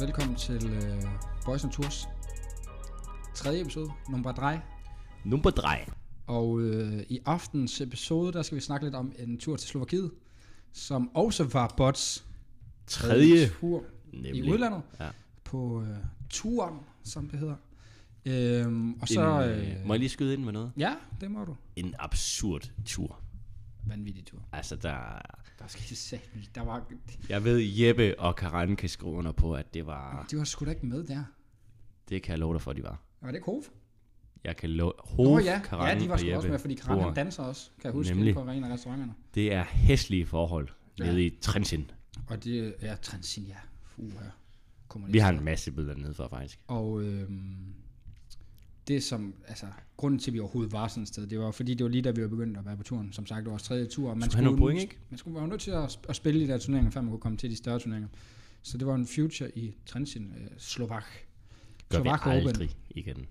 Velkommen til øh, Boys on Tours tredje episode, nummer drej. Nummer drej. Og øh, i aftens episode, der skal vi snakke lidt om en tur til Slovakiet, som også var Bots Tredje. tur i Nemlig. udlandet Ja. på øh, turen, som det hedder. Øhm, og så... en, øh, Øh, må jeg lige skyde ind med noget? ja, det må du. En absurd tur. Vanvittig tur. Altså, der... Der skal vi satme- Der var, Jeg ved, Jeppe og Karan kan skrive under på, at det var... de var sgu da ikke med der. Det kan jeg love dig for, de var. Var det ikke Hof? Jeg kan love... Nå Hof, ja, Karan ja, de var sgu og også Jeppe med, fordi Kran bor- han danser også, kan jeg huske, Nemlig. inde på arena og restauranterne. Det er hæslige forhold nede i Trenchen. Og det er Transin, ja. Uha. Kommer Vi har en masse billeder nede for, faktisk. Og øhm, det som, altså, grunden til, at vi overhovedet var sådan et sted, det var fordi, det var lige da vi var begyndt at være på turen. Som sagt, det var vores tredje tur. Og man Skulle have nogle point, jo- ikke? Man skulle man var jo nødt til at, at spille de der turneringer, før man kunne komme til de større turneringer. Så det var en future i Transin, øh, Slovak. Gør vi Slovak Open. aldrig igen.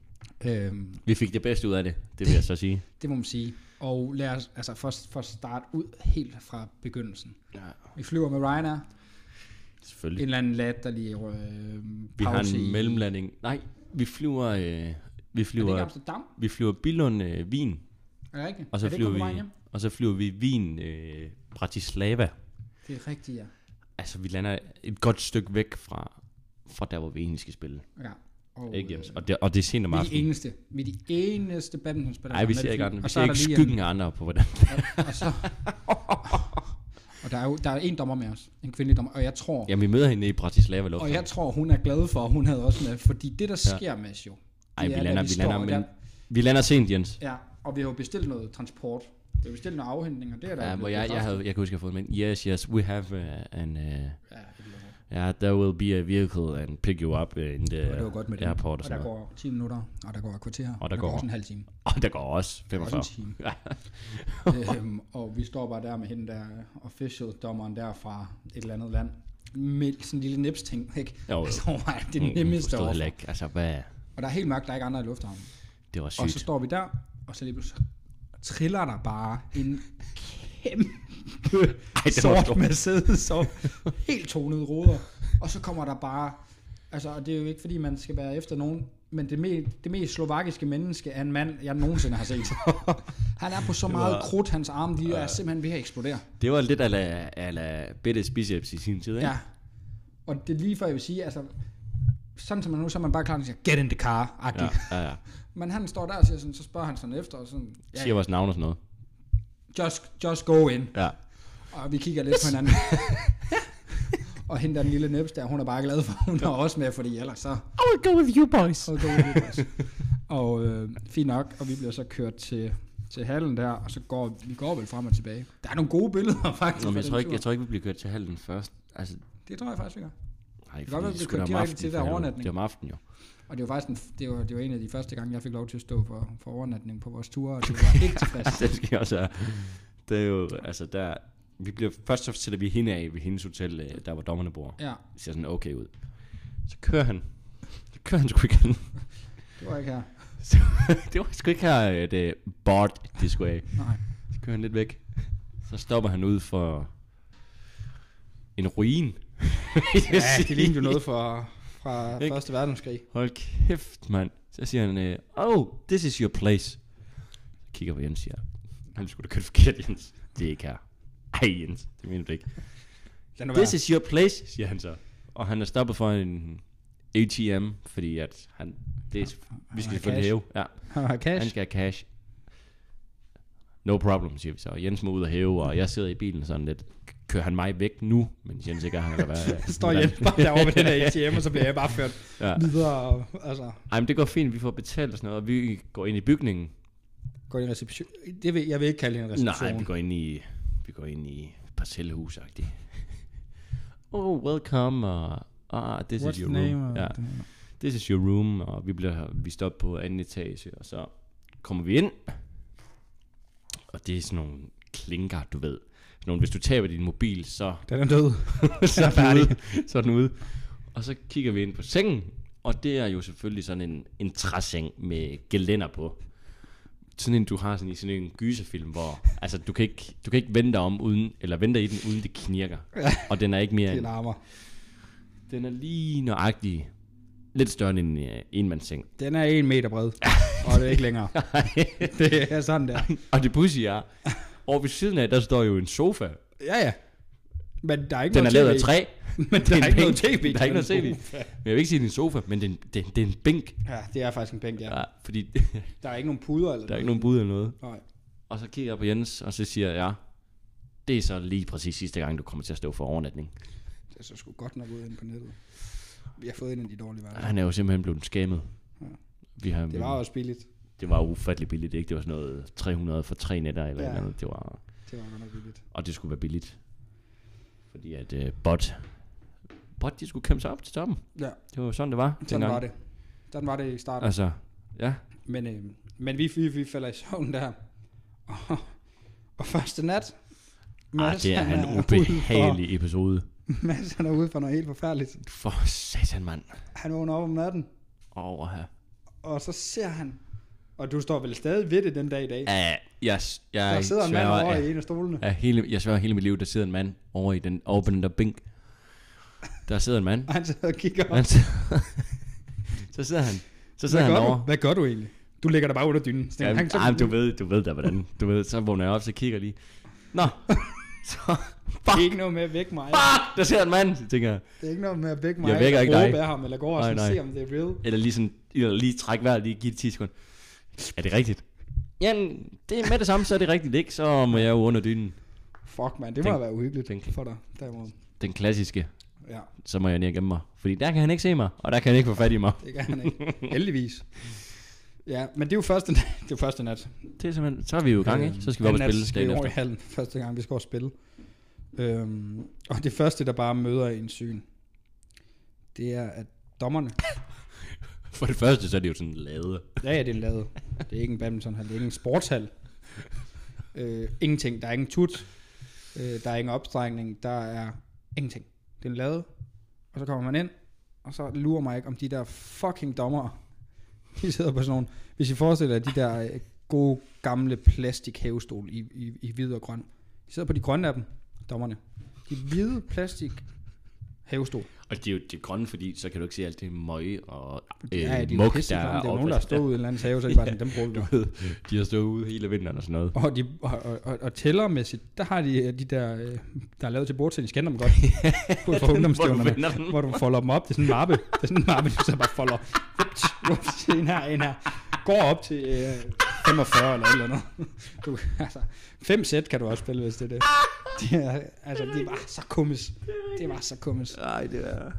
Øhm, Vi fik det bedste ud af det, det vil jeg så sige. det må man sige. Og lad os, altså, for, for at starte ud helt fra begyndelsen. Ja. Vi flyver med Ryanair, en Selvfølgelig. eller anden lat, der lige øh, Vi har pause i- en mellemlanding. Nej, vi flyver... Øh, vi Er det flyver... ikke Amsterdam? Vi flyver Billund øh, Wien, Er det rigtigt? og så er det ikke flyver på vej vi hjem? og så flyver vi Wien øh, Bratislava. Det er rigtigt, ja. Altså vi lander et godt stykke væk fra fra der hvor vi egentlig skal spille. ja. Og, Ikke øh, Jens? Og det, og det er sent om vi er de aftenen. eneste. Vi er de eneste badmintonspillere. Nej, vi som er ser med ikke i fly. andet. Vi og så ser er ikke der lige skyggen af andre på hvordan. En, og, så, og der er jo der er en dommer med os. En kvindelig dommer. Og jeg tror, Jamen vi møder hende i Bratislava og lufthavn. jeg tror hun er glad for, at hun havde også med. Fordi det, der sker med os jo. Ej, det vi er, da lander, vi står lander, der, men vi lander sent Jens. Ja, og vi har jo bestilt noget transport. Vi har bestilt noget afhentning, og det er der Ja, jo hvor blevet jeg, jeg, bekræftet. havde, jeg kan huske, jeg har fået men yes, yes, we have uh, an, uh, Ja, et eller andet. yeah, there will be a vehicle and pick you up uh, in the og det var godt med det. airport og og sådan der noget. går 10 minutter, og der går et kvarter, og der går- også en halv time. Og der går også Også 45. en time. øhm, og vi står bare der med hende der official-dommeren der fra et eller andet land. Med sådan en lille nips-ting, ikke? Jo, jo. Jeg står bare, det er det Hun- hun nemmeste forstod overfor. heller ikke. Altså, hvad? Og der er helt mørkt, der er ikke andre i lufthavnen. Det var Og så sygt. står vi der, og så lige pludselig triller der bare en kæmpe var sort stor. Mercedes op. Helt tonede ruder. Og så kommer der bare... Altså, og det er jo ikke, fordi man skal være efter nogen, men det, me, det mest slovakiske menneske er en mand, jeg nogensinde har set. Han er på så meget krudt, hans arme, de er simpelthen ved at eksplodere. Det var lidt ala, ala Bitte Biceps i sin tid, ikke? Ja. Og det er lige før, jeg vil sige, altså, sådan som man nu, så er man bare klar til at sige, get in the car ja, ja. ja, ja. Men han står der og siger sådan, så spørger han sådan efter, og sådan, ja, Siger vores navn og sådan noget. just, just go in. Ja. Og vi kigger lidt på hinanden. og hende der den lille næbs der, hun er bare glad for, hun er også med, fordi ellers så... I will go with you boys. så går vi ud også. og øh, fint nok, og vi bliver så kørt til, til hallen der, og så går vi går vel frem og tilbage. Der er nogle gode billeder faktisk. Nå, fra men jeg den tror, ikke, tur. jeg tror ikke, vi bliver kørt til halden først. Altså, Det tror jeg faktisk, vi gør. nej, det godt være, vi bliver kørt direkte til der overnatning. Det var om aftenen, jo. Og det var faktisk en, det var, det var en af de første gange, jeg fik lov til at stå for, for overnatning på vores ture, og det var ikke tilfreds. det skal jeg også have. Det er jo, altså der... Vi bliver, først så sætter vi hende af ved hendes hotel, øh, der hvor dommerne bor. Ja, Det ser sådan okay ud. Så kører han. Så kører han sgu igen. det var ikke her. Så, det var sgu ikke her, øh, det bort, det skulle af. Nej. Så kører han lidt væk. Så stopper han ud for en ruin. Ja, det lignede jo noget fra, fra Ikke? Første Verdenskrig. Hold kæft, mand. Så siger han, øh, oh, this is your place. Så kigger på Jens og siger, han skulle da kørt forkert, Jens. Det er ikke her. Ej, Jens, det mener du ikke. Lad nu This is your place, siger han så. Og han er stoppet for en ATM, fordi at han, det er, vi har skal selvfølgelig Ah, cash. hæve. Ja, være. han Cash. skal have cash. No problem, siger vi så. Jens må ud og hæve, og jeg sidder i bilen sådan lidt. Kører han mig væk nu? Men Jens ikke er her, eller hvad? Står Jens bare derovre ved den her ATM, og så bliver jeg bare ført Ja. videre. Og, altså, Ej, men det går fint, vi får betalt og sådan noget, og vi går ind i bygningen. går i en reception. Det vil, jeg vil ikke kalde det en reception. Nej, vi går ind i, vi går ind i parcelhus -agtigt. oh, welcome, og uh, this What's is your the name? room. of Ja, the- this is your room, og vi bliver vi stopper på anden etage, og så kommer vi ind. Og det er sådan nogle klinker, du ved. Sådan nogle, hvis du taber din mobil, så, Den er død. så, er den ude, så er den ude. Og så kigger vi ind på sengen, og det er jo selvfølgelig sådan en, en træseng med gelænder på. Sådan en, du har sådan i sådan en gyserfilm, hvor altså, du, kan ikke, du kan ikke vente om uden, eller vente i den, uden det knirker. Og den er ikke mere Det end larmer. Den er lige nøjagtig lidt større end en øh, enmandsseng. Den er en meter bred, og det er ikke længere. det er sådan der. Og det pussy er, over ved siden af, der står jo en sofa. Ja, ja. Men der er ikke Den er noget lavet af TV. træ. Men Det der er en ikke noget bænk. tv. Der er ikke noget tv. Men jeg vil ikke sige, det er en sofa, men det er en, det er en, det er en bænk. Ja, det er faktisk en bænk, ja. Ja, fordi Der er ikke nogen puder eller der er ikke nogen bud eller noget. Nej. Og så kigger jeg på Jens, og så siger jeg, ja, det er så lige præcis sidste gang, du kommer til at stå for overnatning. Det er så sgu godt nok ud inde på nettet. Vi har fået en af de dårlige værelser. Han er jo simpelthen blevet skammet. Vi har, Det var også billigt. det var ufattelig billigt, ikke? Det var sådan noget 300 for tre nætter eller Ja. ja. eller andet. Det var, Det var godt nok billigt. og det skulle være billigt. Fordi at uh, bot, bot, de skulle kæmpe sig op til toppen. Ja, Det var jo sådan, det var. sådan var det. Sådan var det i starten. Altså, ja. Men, øh, men vi, vi, vi falder i søvn der. Og, og første nat, Arh, Ah, det er han en ude for- ubehagelig episode. Mads han er ude for noget helt forfærdeligt. For satan, mand. Han vågner op om natten, Over her. og så ser han, og du står vel stadig ved det den dag i dag. Ja, jeg, jeg, der jeg sidder en mand sværger, over at- i en af stolene. Ja, hele, jeg sværger hele mit liv, der sidder en mand over i den, over på den der bænk. Der sidder en mand. Og han sidder og kigger op. Han sidder, så sidder han. Så sidder Hvad han gør, over. du? Hvad gør du egentlig? Du ligger der bare under dynen. Så tænker Jamen, han, så- jamen, du ved, du ved da, hvordan. Du ved, så vågner jeg op, så kigger jeg lige. Nå, så, Det er fuck, ikke noget med at vække mig. fuck, der sidder en mand, så tænker jeg. Det er ikke noget med at vække mig. Jeg vækker ikke eller dig. råbe af ham, eller gå over og Nej, sådan nej. se, om det er real. Eller lige, sådan, eller lige trække vejret, lige give det 10 sekunder. Er det rigtigt? Jamen, det er med det samme, så er det rigtigt, ikke? Så må jeg jo under dynen. Fuck, man. Det må Tænk- være uhyggeligt tænk. for dig. Derimod. Den klassiske, Ja, så må jeg ned og gemme mig. Fordi der kan han ikke se mig, og der kan han ikke få fat i mig. det kan han ikke. Heldigvis. Ja, men det er jo første nat. Det er jo første nat. Det er simpelthen, så er vi jo i gang, ikke? Så skal vi op og Anden nat spille skal vi dagen over i efter. hallen. Første gang, vi skal over og spille. Øhm, og det første, der bare møder en syn, det er, at dommerne... For det første, så er det jo sådan en lade. Ja, ja, det er en lade. Det er ikke en badmintonhal, det er ikke en sportshal. Øh, ingenting. Der er ingen tut. Øh, der er ingen opstrækning. Der er ingenting. Det er en lade. Og så kommer man ind, og så lurer mig ikke, om de der fucking dommer, de sidder på sådan nogle... Hvis I forestiller jer de der øh, gode, gamle plastik havestol i, i, i hvid og grøn. De sidder på de grønne af dem, dommerne. De hvide plastik havestol. Og det er jo det grønne, fordi så kan du ikke se alt det møg og øh, ja, de er muk, pisse der er Det er nogen, der har opvasket. stået ude i en eller anden have, så er de bare sådan, dem bruger vi bare. Ja, De har stået ude hele vinteren og sådan noget. Og, de, og, og, og, og tællermæssigt, der har de øh, de der, øh, der er lavet til bordtennis, kender dem godt, på for Hvor du ungdomsstævnerne, vender den. hvor du folder dem op, det er sådan en mappe, det er sådan en mappe, du så bare folder, ups, ups, en her, en her, går op til øh, 45 eller et eller andet. Du, altså, fem sæt kan du også spille, hvis det er det. De er, altså, det var så kummes. Det var så kummes. Nej, det er...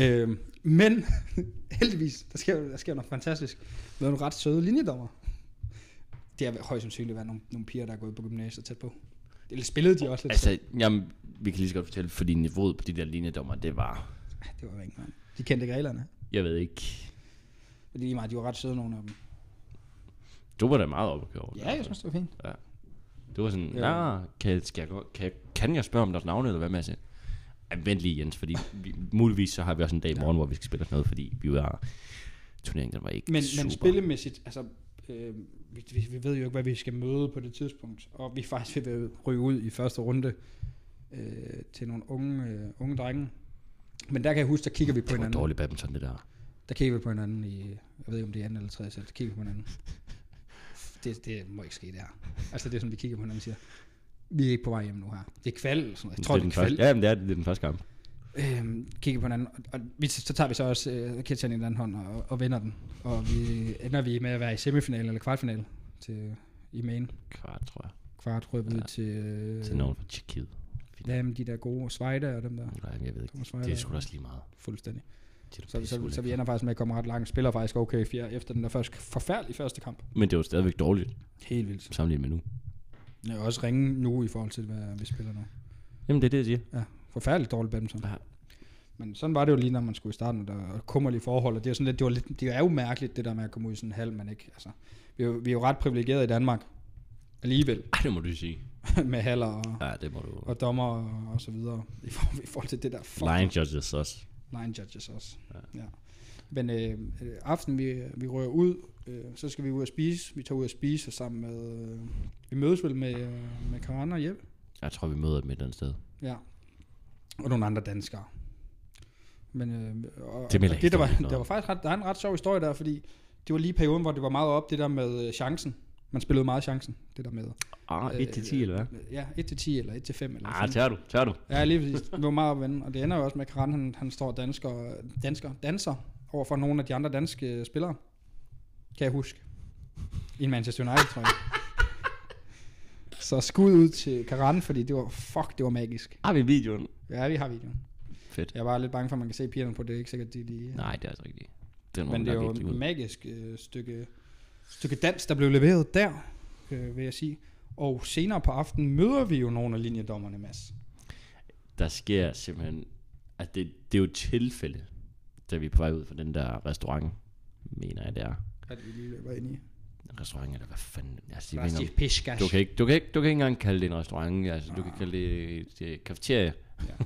Øhm, men heldigvis, der sker, jo- der sker jo noget fantastisk. Der er nogle ret søde linjedommer. Det har højst sandsynligt været nogle, nogle piger, der er gået på gymnasiet tæt på. Eller spillede de også lidt? Altså, Altså, jamen, vi kan lige så godt fortælle, fordi niveauet på de der linjedommer, det var... Ah, det var jo ikke, man. De kendte ikke reglerne. Jeg ved ikke... Fordi lige meget, de var ret søde, nogle af dem. Du var da meget oppe over. Ja, jeg synes, det var fint. Det altså. var sådan, Ja. ja. kan, skal jeg, gå- kan, kan jeg spørge om deres navne, eller hvad, Mads? Ej, vent lige, Jens, fordi vi, muligvis så har vi også en dag i morgen, ja. hvor vi skal spille sådan noget, fordi vi var... Turneringen, den var ikke Men, super. men spillemæssigt, altså, øh, vi, vi, vi, ved jo ikke, hvad vi skal møde på det tidspunkt. Og vi er faktisk ved at ryge ud i første runde øh, til nogle unge, øh, unge drenge. Men der kan jeg huske, der kigger vi på det var hinanden. dårlig badminton, det der. Der kigger vi på hinanden i, jeg ved ikke om det er anden eller tredje sæt, der kigger vi på hinanden. Det, det må ikke ske det her. Altså det er sådan, vi kigger på hinanden og siger, vi er ikke på vej hjem nu her. Det er kval, eller sådan noget. Jeg tror, det det den er første, kval. ja, men det er, det er den første kamp. Øhm, kigger på hinanden, og, og vi, så tager vi så også øh, ketchup i den anden hånd og, og vinder den. Og vi ender vi med at være i semifinale eller kvartfinale til, i main. Kvart, tror jeg. Kvart røbet ja. til, øh, Til nogen fra Tjekkiet. jamen, de der gode Svejda og dem der. Nej, jeg ved ikke. Thomas Svejda. Det er sgu da også lige meget. Fuldstændig. Det er da Så, så, pisseulækkert. så, vi ender faktisk med at komme ret langt. Spiller faktisk okay i fjerde, efter den der første forfærdelige første kamp. Men det var stadigvæk dårligt, Helt vildt. sammenlignet med nu. Jeg også ringe nu i forhold til, hvad vi spiller nu. Jamen, det er det, jeg siger. Ja, forfærdeligt dårligt badminton. Ja. Men sådan var det jo lige, når man skulle i starten, og der var kummerlige forhold, og det er, sådan lidt, det, var lidt, det er jo mærkeligt, det der med at komme ud i sådan en halv, men ikke, altså, vi er, jo, vi er jo ret privilegerede i Danmark, alligevel, Ej, det må du sige. med haller og, Ja, det må du. og dommer og, og så videre, i forhold, i forhold til det der fuck, Line judges også. line judges også. Ja. Ja. Men øh, øh, aften vi, vi rører ud, øh, så skal vi ud og spise, vi tager ud og spise sammen med, øh, vi mødes vel med, øh, med Karen og Jeppe, Jeg tror, vi møder dem et eller andet sted. Ja. Og nogle andre danskere. Men, øh, og, Det det, melder og det der, var, historien ikke noget der var om. faktisk ret, der er en ret sjov historie der, fordi det var lige perioden, hvor det var meget op, det der med øh, chancen. Man spillede meget chancen, det der med. Ah, 1-10 eller hvad? Øh, Ja, 1-10 eller 1-5 eller Ah, tør du, tør du. Ja, lige præcis. Vi var meget op vende, og det ender jo også med, at Karan, han, han står dansker, dansker, danser over for nogle af de andre danske øh, spillere. Kan jeg huske. I en Manchester United, tror jeg. Så skud ud til Karan, fordi det var, fuck, det var magisk. Har vi videoen? Ja, vi har videoen. Fedt. Jeg var lidt bange for, at man kan se pigerne på det. er ikke sikkert, de lige... Nej, det er altså rigtigt. Det er nogen, Men det er jo der virkelig et ud. magisk øh, stykke, stykke dans, der blev leveret der, øh, vil jeg sige. Og senere på aftenen møder vi jo nogle af linjedommerne, Mads. Der sker simpelthen... Altså, det, det er jo et tilfælde, da vi er på vej ud fra den der restaurant, mener jeg, det er. At vi lige løber ind i. Restaurant, eller hvad fanden... Altså, jeg ved ikke, Rasti om- Piskas. du kan, ikke, du, kan ikke, du kan ikke engang kalde det en restaurant, altså, du kan kalde det et, et kafeterie. Ah. Ja. Ja.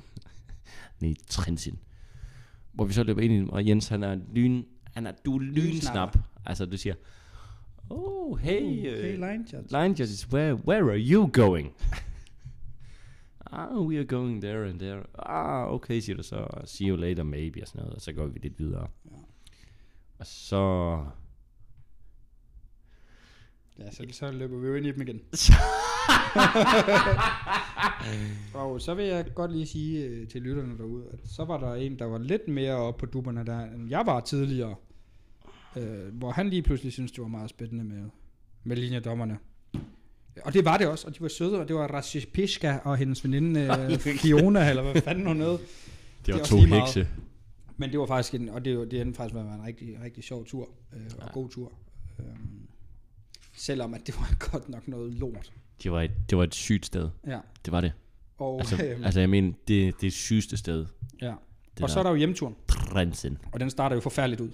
Nede i Trinsin. Hvor vi så løber ind i dem, og Jens, han er lyn... Han er, du er lynsnap. Lynsnapper. Altså, du siger... Oh, hey... Hey, øh, line chat. Line judges, where where are you going? ah, we are going there and there. Ah, okay, siger du så. See you later, maybe, og sådan noget. Og så går vi lidt videre. Ja. Og så... Ja, så, så løber vi jo ind i dem igen. og så vil jeg godt lige sige øh, til lytterne derude, at så var der en, der var lidt mere oppe på duberne der, end jeg var tidligere. Øh, hvor han lige pludselig syntes, det var meget spændende med, med linjedommerne. Og det var det også, og de var søde, og det var Rashid Pishka og hendes veninde øh, Fiona, eller hvad fanden hun hed. Det er var også to lige meget. hekse. Men det var faktisk en, og det, var- det endte faktisk med at være en rigtig, rigtig sjov tur, øh, og Ja. god tur. Øh, selvom at det var godt nok noget lort. Det var, et, det var et sygt sted. Ja. Det var det. Og, Altså, øhm, altså jeg mener, det, det sygeste sted. ja. Det og så er der jo hjemturen, Prinsen. og den starter jo forfærdeligt ud.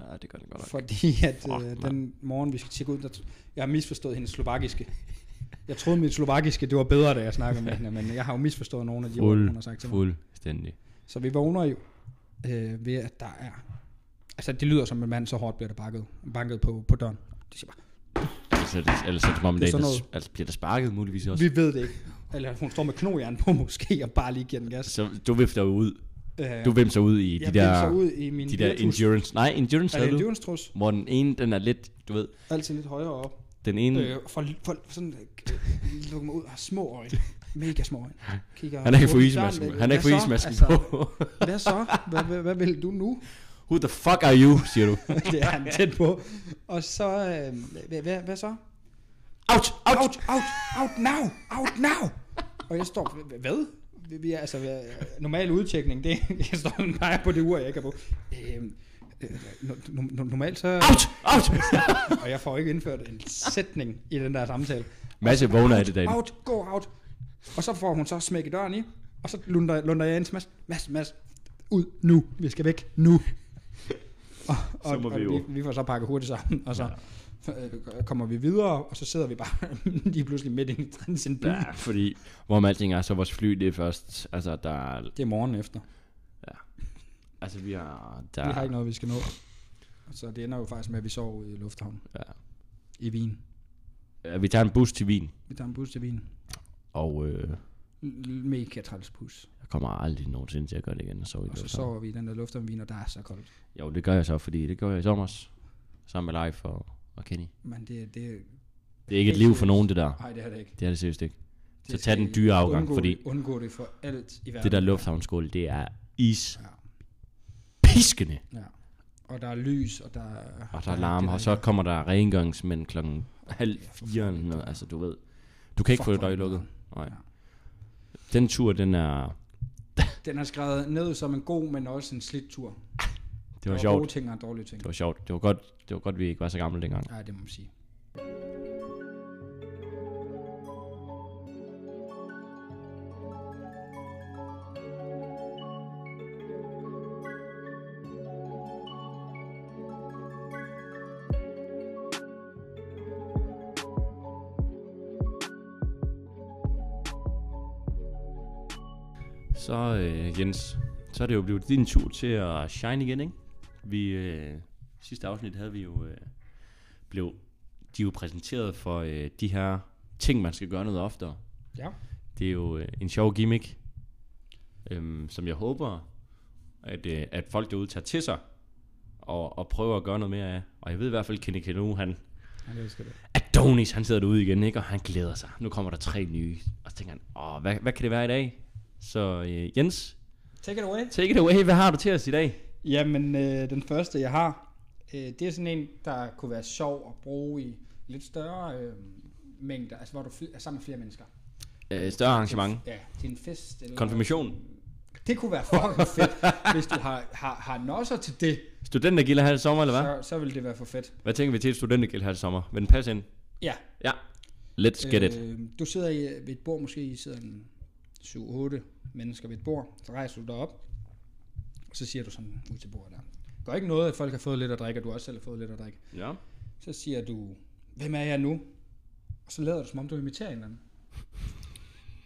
Ja, det gør det godt nok. Fordi at Fuck, øh, mand. den morgen, vi skal tjekke ud, der t- jeg har misforstået hendes slovakiske. Jeg troede, min slovakiske, det var bedre, da jeg snakkede med hende, men jeg har jo misforstået nogle af de ord, Fuld- hun har sagt til mig. Fuldstændig. Så vi vågner jo øh, ved, at der er... Altså, det lyder som en mand, så hårdt bliver der banket, banket på, på døren. Det siger bare, Altså, det, eller så er det som om, Det er det, sådan det, altså, bliver der sparket muligvis også. vi ved det ikke. Eller hun står med knojern på måske, og bare lige giver den gas. Altså, Så du vifter jo ud. Øh, Du vimser ud i de jeg der... der, ud i min De der virtus. endurance. Nej, endurance Er havde det en du. dyrens Hvor den ene, den er lidt, du ved, Altid lidt højere op. den ene, øh, Øh, for, for, sådan, øh, lukker mig ud og har små øjne. Mega små øjne. Kigger han er ikke på på ismasken. Han er ikke på ismasken altså. på. Hvad så? Hvad, hvad, hvad vil du nu? Who the fuck are you, siger du. det er han tæt på. Og så, øh, hvad, hvad, hvad så? Ouch, ouch. Out, out, out now, out now. Og jeg står, "Hva- hvad? Vi- Vi er altså, hvad- normal udtjekning, det jeg står og peger på det ur, jeg ikke er på. Øhm, øh, no- no- no- normalt så, Ouch, ouch. og jeg får ikke indført en sætning i den der samtale. Masse vågner af det dagen. Out, go out. Og så får hun så smækket døren i, og så lunder, lunder jeg ind til Mads. Mads, Mads, ud nu. Vi skal væk nu. Og, og, Så må og vi vi, jo. vi, får så pakket hurtigt sammen, og så øh, kommer vi videre, og så sidder vi bare lige pludselig midt inde i Trinsen by. Ja, fordi hvor man alting er, så vores fly, det er først, altså der er, Det er morgen efter. altså vi har, Ja. der Vi har ikke noget, vi skal nå. Så det ender jo faktisk med, at vi sover ude i lufthavnen Ja. i Wien. Ja, vi tager en bus til Wien, Vi tager en bus til Wien. og øh, L- Mega træls bus. jeg kommer aldrig nogensinde til at gøre det igen, og så i Og så lufthavn. sover vi i den der lufthavn i Wien, og der er så koldt. Jo, det gør jeg så, fordi det gør jeg i sommer, sammen med Leif og, og Kenny. Men det, det, Det er ikke et liv for nogen, det der. nej, det er det ikke. Det er det seriøst ikke. Det skal Så tag den I dyre afgang, undgå fordi Det, undgå det for alt i verden. det der lufthavnsgulv, det er is. Ja. Piskende. Ja. Og der er lys, og der er... Og der er larm, og så kommer der rengøringsmænd klokken halv fire eller noget. Altså, du ved. Du kan ikke få Fuck, det hvor døg er det lukket. Nej. Ja. Den tur, den er... Den er skrevet ned som en god, men også en slidt tur. Det Det var sjovt. gode ting og dårlige ting. Det var sjovt. Det var godt, det var godt vi ikke var så gamle dengang. Ja, det må man sige. Så øh, Jens, så er det jo blevet din tur til at shine igen, ikke? Vi, øh, sidste afsnit havde vi jo... Øh, blev de er jo præsenteret for øh, de her ting, man skal gøre noget oftere. Ja. Det er jo øh, en sjov gimmick, øhm, som jeg håber, at, øh, at folk derude tager til sig og, og prøver at gøre noget mere af. Og jeg ved i hvert fald, Kenny Kenu, han, Han elsker det. Adonis, han sidder derude igen, ikke? og han glæder sig. Nu kommer der tre nye, og så tænker han, Åh, hvad, hvad kan det være i dag? Så øh, Jens, Take it away. take it away, hvad har du til os i dag? Jamen, øh, den første, jeg har, øh, det er sådan en, der kunne være sjov at bruge i lidt større øh, mængder, altså hvor du fl- er sammen med flere mennesker. Øh, større arrangement. Ja, til en fest. Eller Konfirmation. Det kunne være fucking fedt, hvis du har, har, har nosser til det, Studentergilde her i sommer, eller hvad? så, så vil det være for fedt. Hvad tænker vi til et studentergilde her i sommer? Vil den passe ind? Ja. Ja. Let's get it. Øh, du sidder i, ved et bord, måske I sidder en 7-8 mennesker ved et bord, så rejser du dig op, og så siger du sådan ud til bordet der. Gør ikke noget, at folk har fået lidt at drikke, og du også selv har fået lidt at drikke. Ja. Så siger du, hvem er jeg nu? Og så lader du, som om du imiterer en eller anden.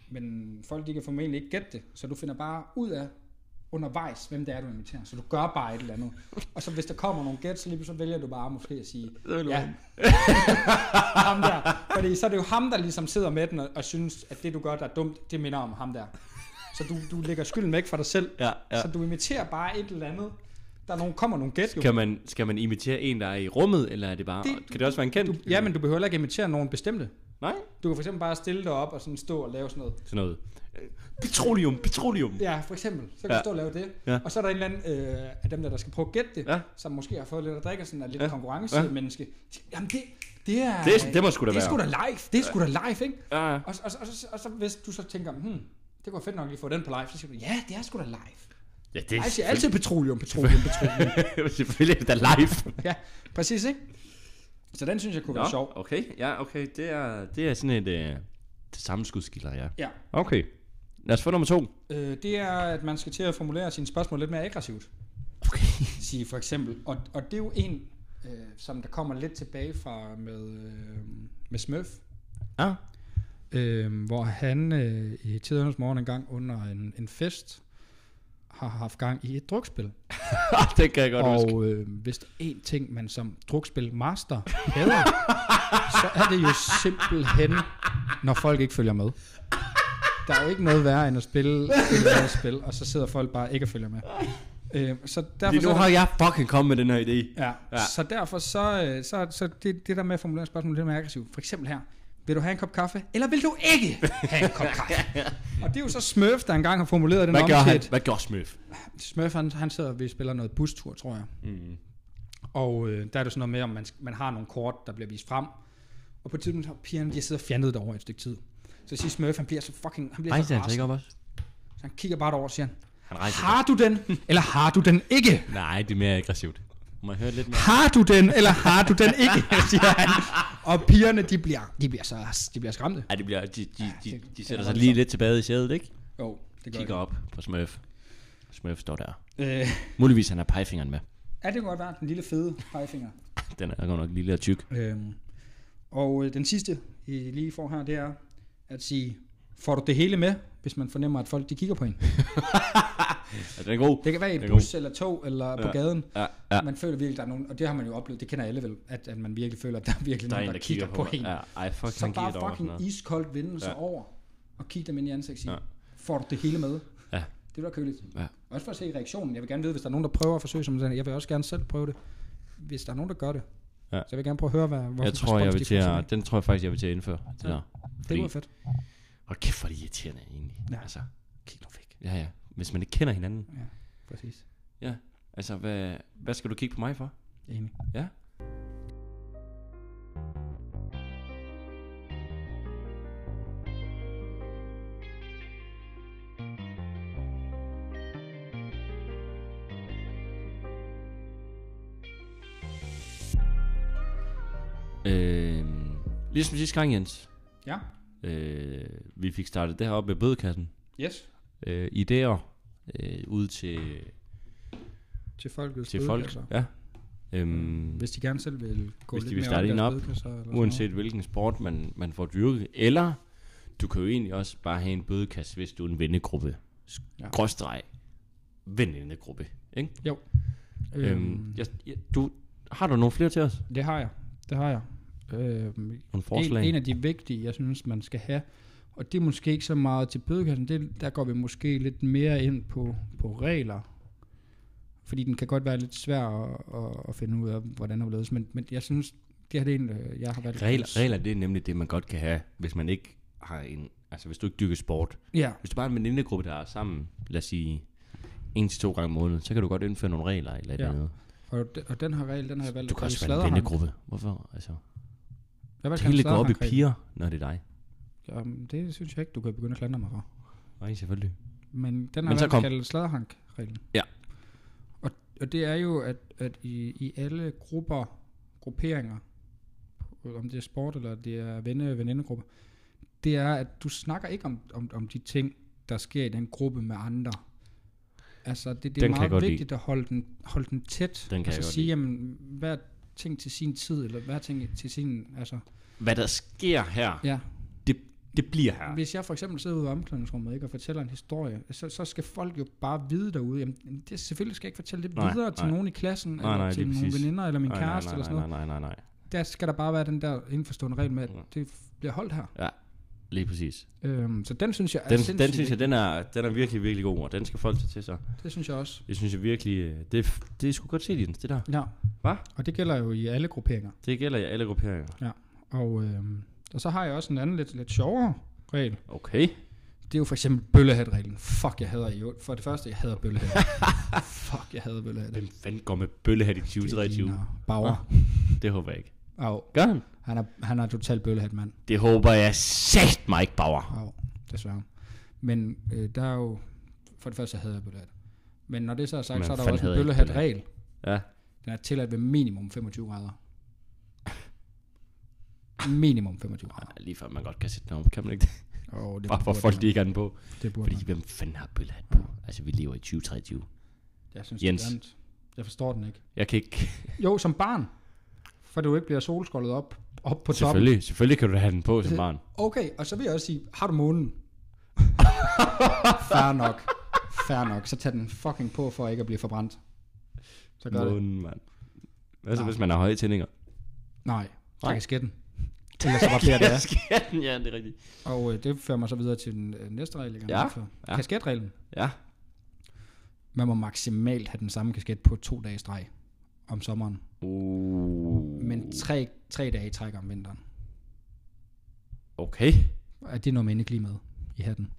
Men folk, de kan formentlig ikke gætte det, så du finder bare ud af undervejs, hvem det er, du imiterer. Så du gør bare et eller andet. Og så hvis der kommer nogle gæt, så lige pludselig vælger du bare måske at sige, vil du ja, ham der. Fordi så er det jo ham, der ligesom sidder med den og, og synes, at det du gør, der er dumt, det minder om ham der. Så du, du lægger skylden væk fra dig selv. Ja, ja. Så du imiterer bare et eller andet. Der er nogle, kommer nogle gæt jo. Skal man, skal man imitere en, der er i rummet, eller er det bare... Det- Det, kan det også være en kendt? Du, ja, men du behøver heller ikke imitere nogen bestemte. Nej? Du kan for eksempel bare stille dig op og sådan stå og lave sådan noget. Sådan noget. øh, Petroleum, petroleum. Ja, for eksempel. Så kan ja. Ja. du stå og lave det. Ja. Og så er der en eller anden øh, af dem, der, der skal prøve at gætte det, Ja. som måske har fået lidt at drikke og sådan er lidt ja. Ja. konkurrencemenneske. Jamen det, det er... Det- det må sgu da Det er være. sgu da live. Det er sgu da live, ikke? Ja, ja. Og, og, og, og, og, så hvis du så tænker, hmm, det kunne være fedt nok lige at få den på live, så siger du, ja, det er sgu da live. ja det Live siger altid petroleum, petroleum, petroleum. er selvfølgelig da live. ja, præcis, ikke? Så den synes jeg kunne være sjov. Nå, okay. Ja, okay. Det er, det er sådan et... Øh, det samme skudskilder, ja. Ja. Okay. Lad os få nummer to. Øh, det er, at man skal til at formulere sine spørgsmål lidt mere aggressivt. Okay. sige for eksempel. Og, og det er jo en, øh, som der kommer lidt tilbage fra med, øh, med Smurf, Ja. øh, hvor han øh, i tidernes morgen en gang under en, en fest har haft gang i et drukspil. Ah, det kan jeg godt huske. Og øh, hvis der er én ting, man som drukspilmaster hader, så er det jo simpelthen, når folk ikke følger med. Der er jo ikke noget værre end at spille et eller andet spil, og så sidder folk bare ikke og følger med. Øh, så derfor Lige så nu er der- har jeg fucking kommet med den her idé. Ja. ja. Ja. Så derfor så, øh, så, så det, det der med at formulere spørgsmål, det er mere aggressivt. For eksempel her. Vil du have en kop kaffe, eller vil du ikke have en kop kaffe? og det er jo så Smurf, der engang har formuleret den Hvad om gør til, han? at Hvad gør Smith? Smurf han, han sidder og vi spiller noget bustur, tror jeg. Mm. Og øh, der er det sådan noget med, om man, man har nogle kort, der bliver vist frem. Og på et tidspunkt har pigerne, de sidder fjandet derovre et stykke tid. Så siger Smurf, han bliver så fucking, han bliver så rasende. op også? Så han kigger bare derover og siger, Han rejser sig. har du den, eller har du den ikke? Nej, det er mere aggressivt. Må jeg høre lidt mere? har du den, eller har du den ikke, siger han. Og pigerne, de bliver, de bliver, så, de bliver skræmte. Ej, det bliver, de, de, de, det- de det sætter er sig voldsomt. lige lidt tilbage i sædet, ikke? Jo, det Kigger de. op på Smurf. Smurf står der. Øh, Muligvis han har pegefingeren med. ja, det kan godt være. Den lille fede pegefinger. Den er godt nok lille og tyk. Øhm, og øh, den sidste, I lige får her, det er at sige, får du det hele med, hvis man fornemmer, at folk de kigger på en. Er den god? Det kan være i Det et er bus eller tog eller på Ja. gaden. Ja, ja. Man føler virkelig, der er nogen, og det har man jo oplevet, det kender alle vel, at, at man virkelig føler, at der er virkelig Der er nogen, en, der, der kigger på, en. Ja, ej, fuck, Så han giver bare et over sådan fucking noget. iskoldt vende sig Ja. over og kigge dem ind i ansigtet og sige, Ja. får du det hele med? Ja. Det var køligt. Ja. Også for at se reaktionen. Jeg vil gerne vide, hvis der er nogen, der prøver at forsøge som sådan. Jeg vil også gerne selv prøve det. Hvis der er nogen, der gør det. Ja. Så jeg vil gerne prøve at høre, hvad, hvorfor Jeg tror, jeg vil til at, den tror jeg faktisk, jeg vil til at indføre. Det der. Det fordi- var fedt. Hold kæft, hvor er de irriterende egentlig. Ja. Altså, kig nu væk. Ja, ja. Hvis man ikke kender hinanden. Præcis. Ja. Altså, hvad, hvad skal du kigge på mig for? Enig. Ja. Øh, ligesom sidste gang, Jens, Ja. øh, vi fik startet det her op med bødekassen. Yes. Øh, idéer øh, ud til, Til folket. altså. til folk. Ja. Øhm, Hvis de gerne selv vil gå Hvis de lidt vil mere starte i en deres op, bødekasser eller sådan Uanset hvilken sport man, man får dyrket. Eller du kan jo egentlig også bare have en bødekasse, hvis du er en vennegruppe. Ja. Ja. Gråstreg. Vennegruppe. Ikke? noget. Øhm. Øhm, jeg, jeg, du, har du nogle flere til os? Det har jeg. Det har jeg. Øhm, Nogle forslag? En, en af de vigtige, jeg synes, man skal have, og det er måske ikke så meget til bødekassen, det, der går vi måske lidt mere ind på, på regler. Fordi den kan godt være lidt svær at, at, at finde ud af, hvordan og hvorledes. Men, men jeg synes, det her det er en, øh, jeg har valgt. Regler, regler, det er nemlig det, man godt kan have, hvis man ikke har en... Altså, hvis du ikke dyrker sport. Ja, Hvis du bare er en venindegruppe, der er sammen, lad os sige, en til to gange om måneden, så kan du godt indføre nogle regler eller et Ja. eller andet. og, de- og den her regel, den har jeg valgt. Du kan at også kalde være en sladderhank. vennegruppe. Hvorfor? Altså, Jeg har valgt at det kalde hele går op i sladderhank-reglen. piger, når det er dig. Jamen, det synes jeg ikke, du kan begynde at klandre mig for. Nej, selvfølgelig. Men den har Men så valgt kom- at kalde sladderhank-reglen. Ja. Og, og det er jo, at, at i, i alle grupper, grupperinger, om det er sport eller det er venne venindegrupper, det er, at du snakker ikke om, om, om de ting, der sker i den gruppe med andre. Altså, det, det er Den kan jeg meget godt vigtigt at holde den, holde den tæt. Den kan altså, jeg godt sige, lide. jamen, hver ting til sin tid, eller hver ting til sin, altså, Hvad der sker her, ja. det, det bliver her. Hvis jeg for eksempel sidder ude i omklædningsrummet ikke, og fortæller en historie, så, så skal folk jo bare vide derude, jamen, det, selvfølgelig skal jeg ikke fortælle det Nej, videre nej, til nej. nogen i klassen, Nej, eller nej, til lige nogle præcis. veninder, eller min Nej, nej, kæreste, nej, eller sådan noget. Nej, nej, nej, nej. Der skal der bare være den der indforstående regel med, at Ja. det bliver holdt her. Lige præcis. Øhm, så den synes jeg er Den, sindssygt den synes jeg, vigtig. den er, den er virkelig, virkelig god, og den skal folk tage til sig. Det synes jeg også. Det synes jeg virkelig, øh, det, det er sgu godt set i den, det der. Ja. Hva? Og det gælder jo i alle grupperinger. Det gælder i alle grupperinger. Og, øhm, og så har jeg også en anden lidt, lidt sjovere regel. Okay. Det er jo for eksempel bøllehat-reglen. Fuck, jeg hader jo. For det første, jeg hader bøllehat. Fuck, jeg hader bøllehat. Hvem fanden går med bøllehat i 2023? Det ligner Bauer. Det håber jeg ikke. Au. Gør han? Han er, han er totalt bøllehat, mand. Det håber jeg sagt mig ikke, Bauer. Au, desværre. Men øh, der er jo... For det første, så hader jeg bøllehat. Men når det så er sagt, Men så er der jo fanden også en hader jeg ikke bøllehat-regel. Ja. Den er tilladt ved minimum 25 grader. Minimum 25 grader. Ej, Lige før man godt kan sætte den om, kan man ikke det? Oh, det Bare for burde folk, man. de ikke har den på. Det burde Fordi man. hvem fanden har bøllehat på? Altså, vi lever i 2023. Jeg synes, Jens. det er grimt. Jeg forstår den ikke. Jeg kan ikke... Jo, som barn. For du ikke bliver solskoldet op, op på toppen. Selvfølgelig, selvfølgelig kan du have den på som barn. Okay, og så vil jeg også sige, har du månen? Fair nok. Fair nok. Så tag den fucking på, for ikke at blive forbrændt. Så gør det. Månen, mand. Hvad så, hvis man har høje tændinger? Nej, tak Nej. i skætten. Ellers så var flere det er. Skatten, ja, det er rigtigt. Og øh, det fører mig så videre til den øh, næste regel, jeg Ja, ja. ja. Kasketreglen. Ja. Man må maksimalt have den samme kasket på to dage i streg om sommeren. Uh, Men tre, tre dage i træk om vinteren. okay. Er det noget med indeklimaet i hatten?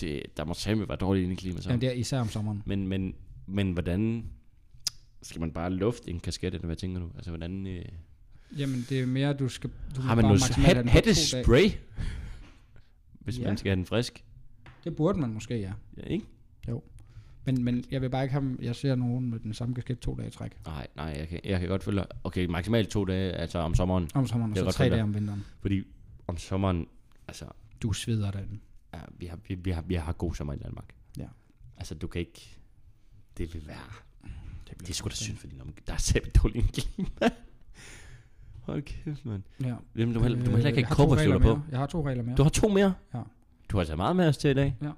Det, der må sammen være dårligt indeklima så. Jamen det er især om sommeren. Men, men, men hvordan... Skal man bare lufte en kasket, eller hvad tænker du? Altså, hvordan... Øh, Jamen det er mere, du skal... Du har må bare man noget maksimalt have hat, den på to dage. hattespray? Hvis Ja. ja. man skal have den frisk. Det burde man måske, ja. Ja, ikke? Men, men jeg vil bare ikke have, jeg ser nogen med den samme kasket to dage i træk. Nej, nej, jeg kan, jeg kan godt følge dig. Okay, maksimalt to dage, altså om sommeren. Om sommeren, og Jeg så kan godt tre følge dage om vinteren. Fordi om sommeren, altså, Du sveder den. ja, vi, har, vi, vi, har, vi har god sommer i Danmark. Ja. Altså, du kan ikke... Det vil være... Det, Det er sgu da synd for din omgiv- Der er sæt dårligt klima. Hold kæft, mand. Ja. Jamen, du må heller, du må heller ikke Øh, jeg har to have kobberstøvler regler på. mere. Jeg har to regler mere. Du har to mere? Ja. Du har taget meget med os til i dag? Ja.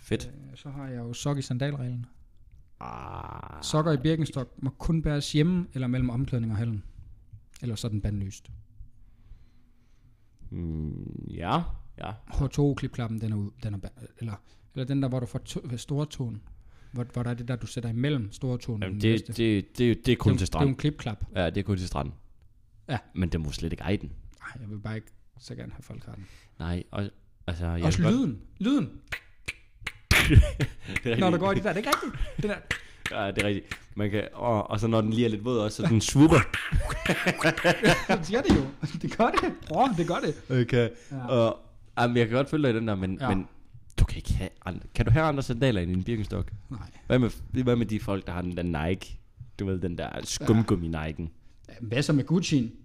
Fedt. Øh, Så har jeg jo sok i sandalreglen. Øh. Ah, Sokker i Birkenstock må kun bæres hjemme eller mellem omklædning og hallen. Eller så er den bandlyst. Mm, ja, ja. H2-klipklappen, den er ud. Den er ba- eller, eller den der, hvor du får to- ved stortåen. Hvor, hvor der er det der, du sætter imellem stortåen og Jamen, den det, næste. det, det, det, det er kun det, er jo- det er jo til stranden. en klipklap. Ja, det er kun til stranden. Ja. Men det må slet ikke eje den. Nej, jeg vil bare ikke så gerne have folk har den. Nej, og, altså... Jeg Også vil godt- lyden. Lyden, Det er når der rigtigt. går i det der. Det er ikke rigtigt. Det der. Ja, det er rigtigt. Man kan, og, og så når den lige er lidt våd også, så den svupper. Det siger det jo. Det gør det. Bror, det gør det. Okay. Ja. Ja. Og, jamen, jeg kan godt følge dig i den der, men, Ja. ja. men du kan ikke have andre. Kan du have andre sandaler end en Birkenstock? Nej. Hvad med, hvad med de folk, der har den der Nike? Du ved, den der skumgummi Nike'en. Hvad så med Gucci'en?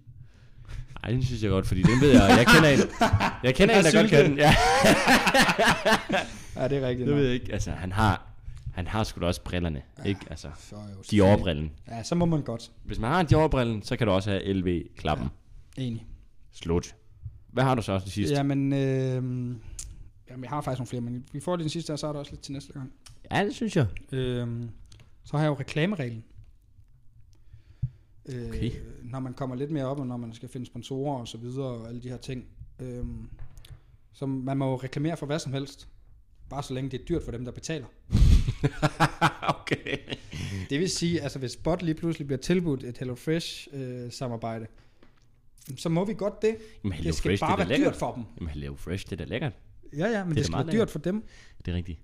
Ej, den synes jeg godt, fordi den ved jeg, jeg kender en, jeg kender en, Jeg der synes det. godt kan den. Ja, Ja, det er rigtigt. det ved jeg ikke. Altså, han har, han har sgu da også brillerne, ja. ikke? Altså, Så er jeg jo de overbrillen. Ja, så må man godt. Hvis man har de overbrillen, så kan du også have LV-klappen. Ja. Enig. Slut. Hvad har du så også til sidst? Ja. Jamen, øh, jamen, jeg har faktisk nogle flere, men vi får lige den sidste, og så er der også lidt til næste gang. ja, det synes jeg. Øh, så har jeg jo reklamereglen. Øh, Okay. Når man kommer lidt mere op, og når man skal finde sponsorer og så videre, og alle de her ting. Øh, så man må jo reklamere for hvad som helst. Bare så længe det er dyrt for dem, der betaler. okay. Det vil sige, altså hvis Spot lige pludselig bliver tilbudt et HelloFresh-samarbejde, øh, samarbejde, så må vi godt det. Jamen, Hello det skal Fresh, det bare er da være lækkert. dyrt for dem. Jamen, Hello Fresh, det er da lækkert. Ja, ja, men det, da det skal meget være dyrt for dem. Det er rigtigt.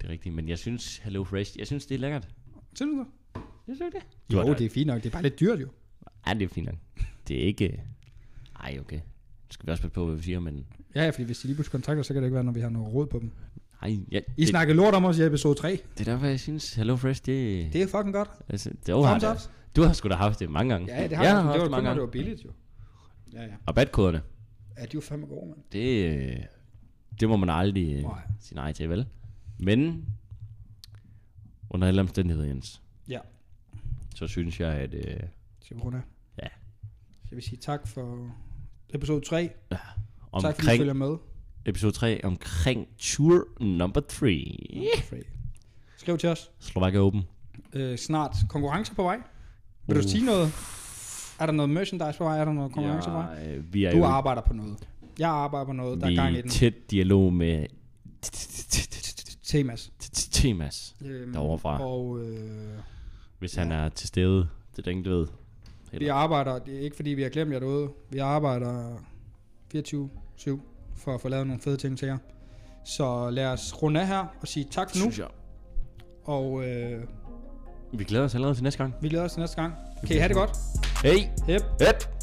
Det er rigtigt. Men jeg synes, Hello Fresh, jeg synes, det er lækkert. Synes du? Synes du ikke det? Jo, da- det er fint nok. Det er bare lidt dyrt jo. Ja, det er fint nok. Det er ikke... Ej, okay. Nu skal vi også passe på, hvad vi siger, men... Ja, ja, fordi hvis de lige pludselig kontakter, så kan det ikke være, når vi har noget råd på dem. Ej, ja, I det... det, snakkede lort om os i episode 3. det er derfor, jeg synes, Hello Fresh, det... Det er fucking godt. altså, det overvejer Thumbs det. ups. Du har sgu da haft det mange gange. Ja, det har Mm. jeg jeg. haft Det var det kun, mange når gange. det var billigt jo. Ja, ja. Rabatkoderne, Ja, de var fandme gode, mand. det, øh, det må man aldrig øh, Nej. sige nej til, vel? Men under alle omstændigheder, Jens, Ja. så synes jeg, at øh, Skal vi runde af? Ja. Skal vi sige tak for episode 3. Tak fordi I omkring følger med. episode 3, omkring tour number 3, Skriv til os. Slovakia Open. Øh, snart konkurrencer på vej. Vil du Uh. sige noget? Er der noget merchandise på vej? Er der noget konkurrence på vej? Ja, øh, vi er Du jo arbejder på noget. Jeg arbejder på noget. Der vi er gang i er i den. tæt dialog med Temas. Temas, Øhm, Derovre fra. Og øh, hvis han er til stede. Det er ikke, du ved. vi Eller, arbejder, det er ikke fordi vi har glemt jer derude, vi arbejder 24-7 for at få lavet nogle fede ting til jer. Så lad os runde af her og sige tak for nu, synes jeg. og øh, Vi glæder os allerede til næste gang. vi glæder os til næste gang. Kan I have det godt? Hej! Hep! Hep!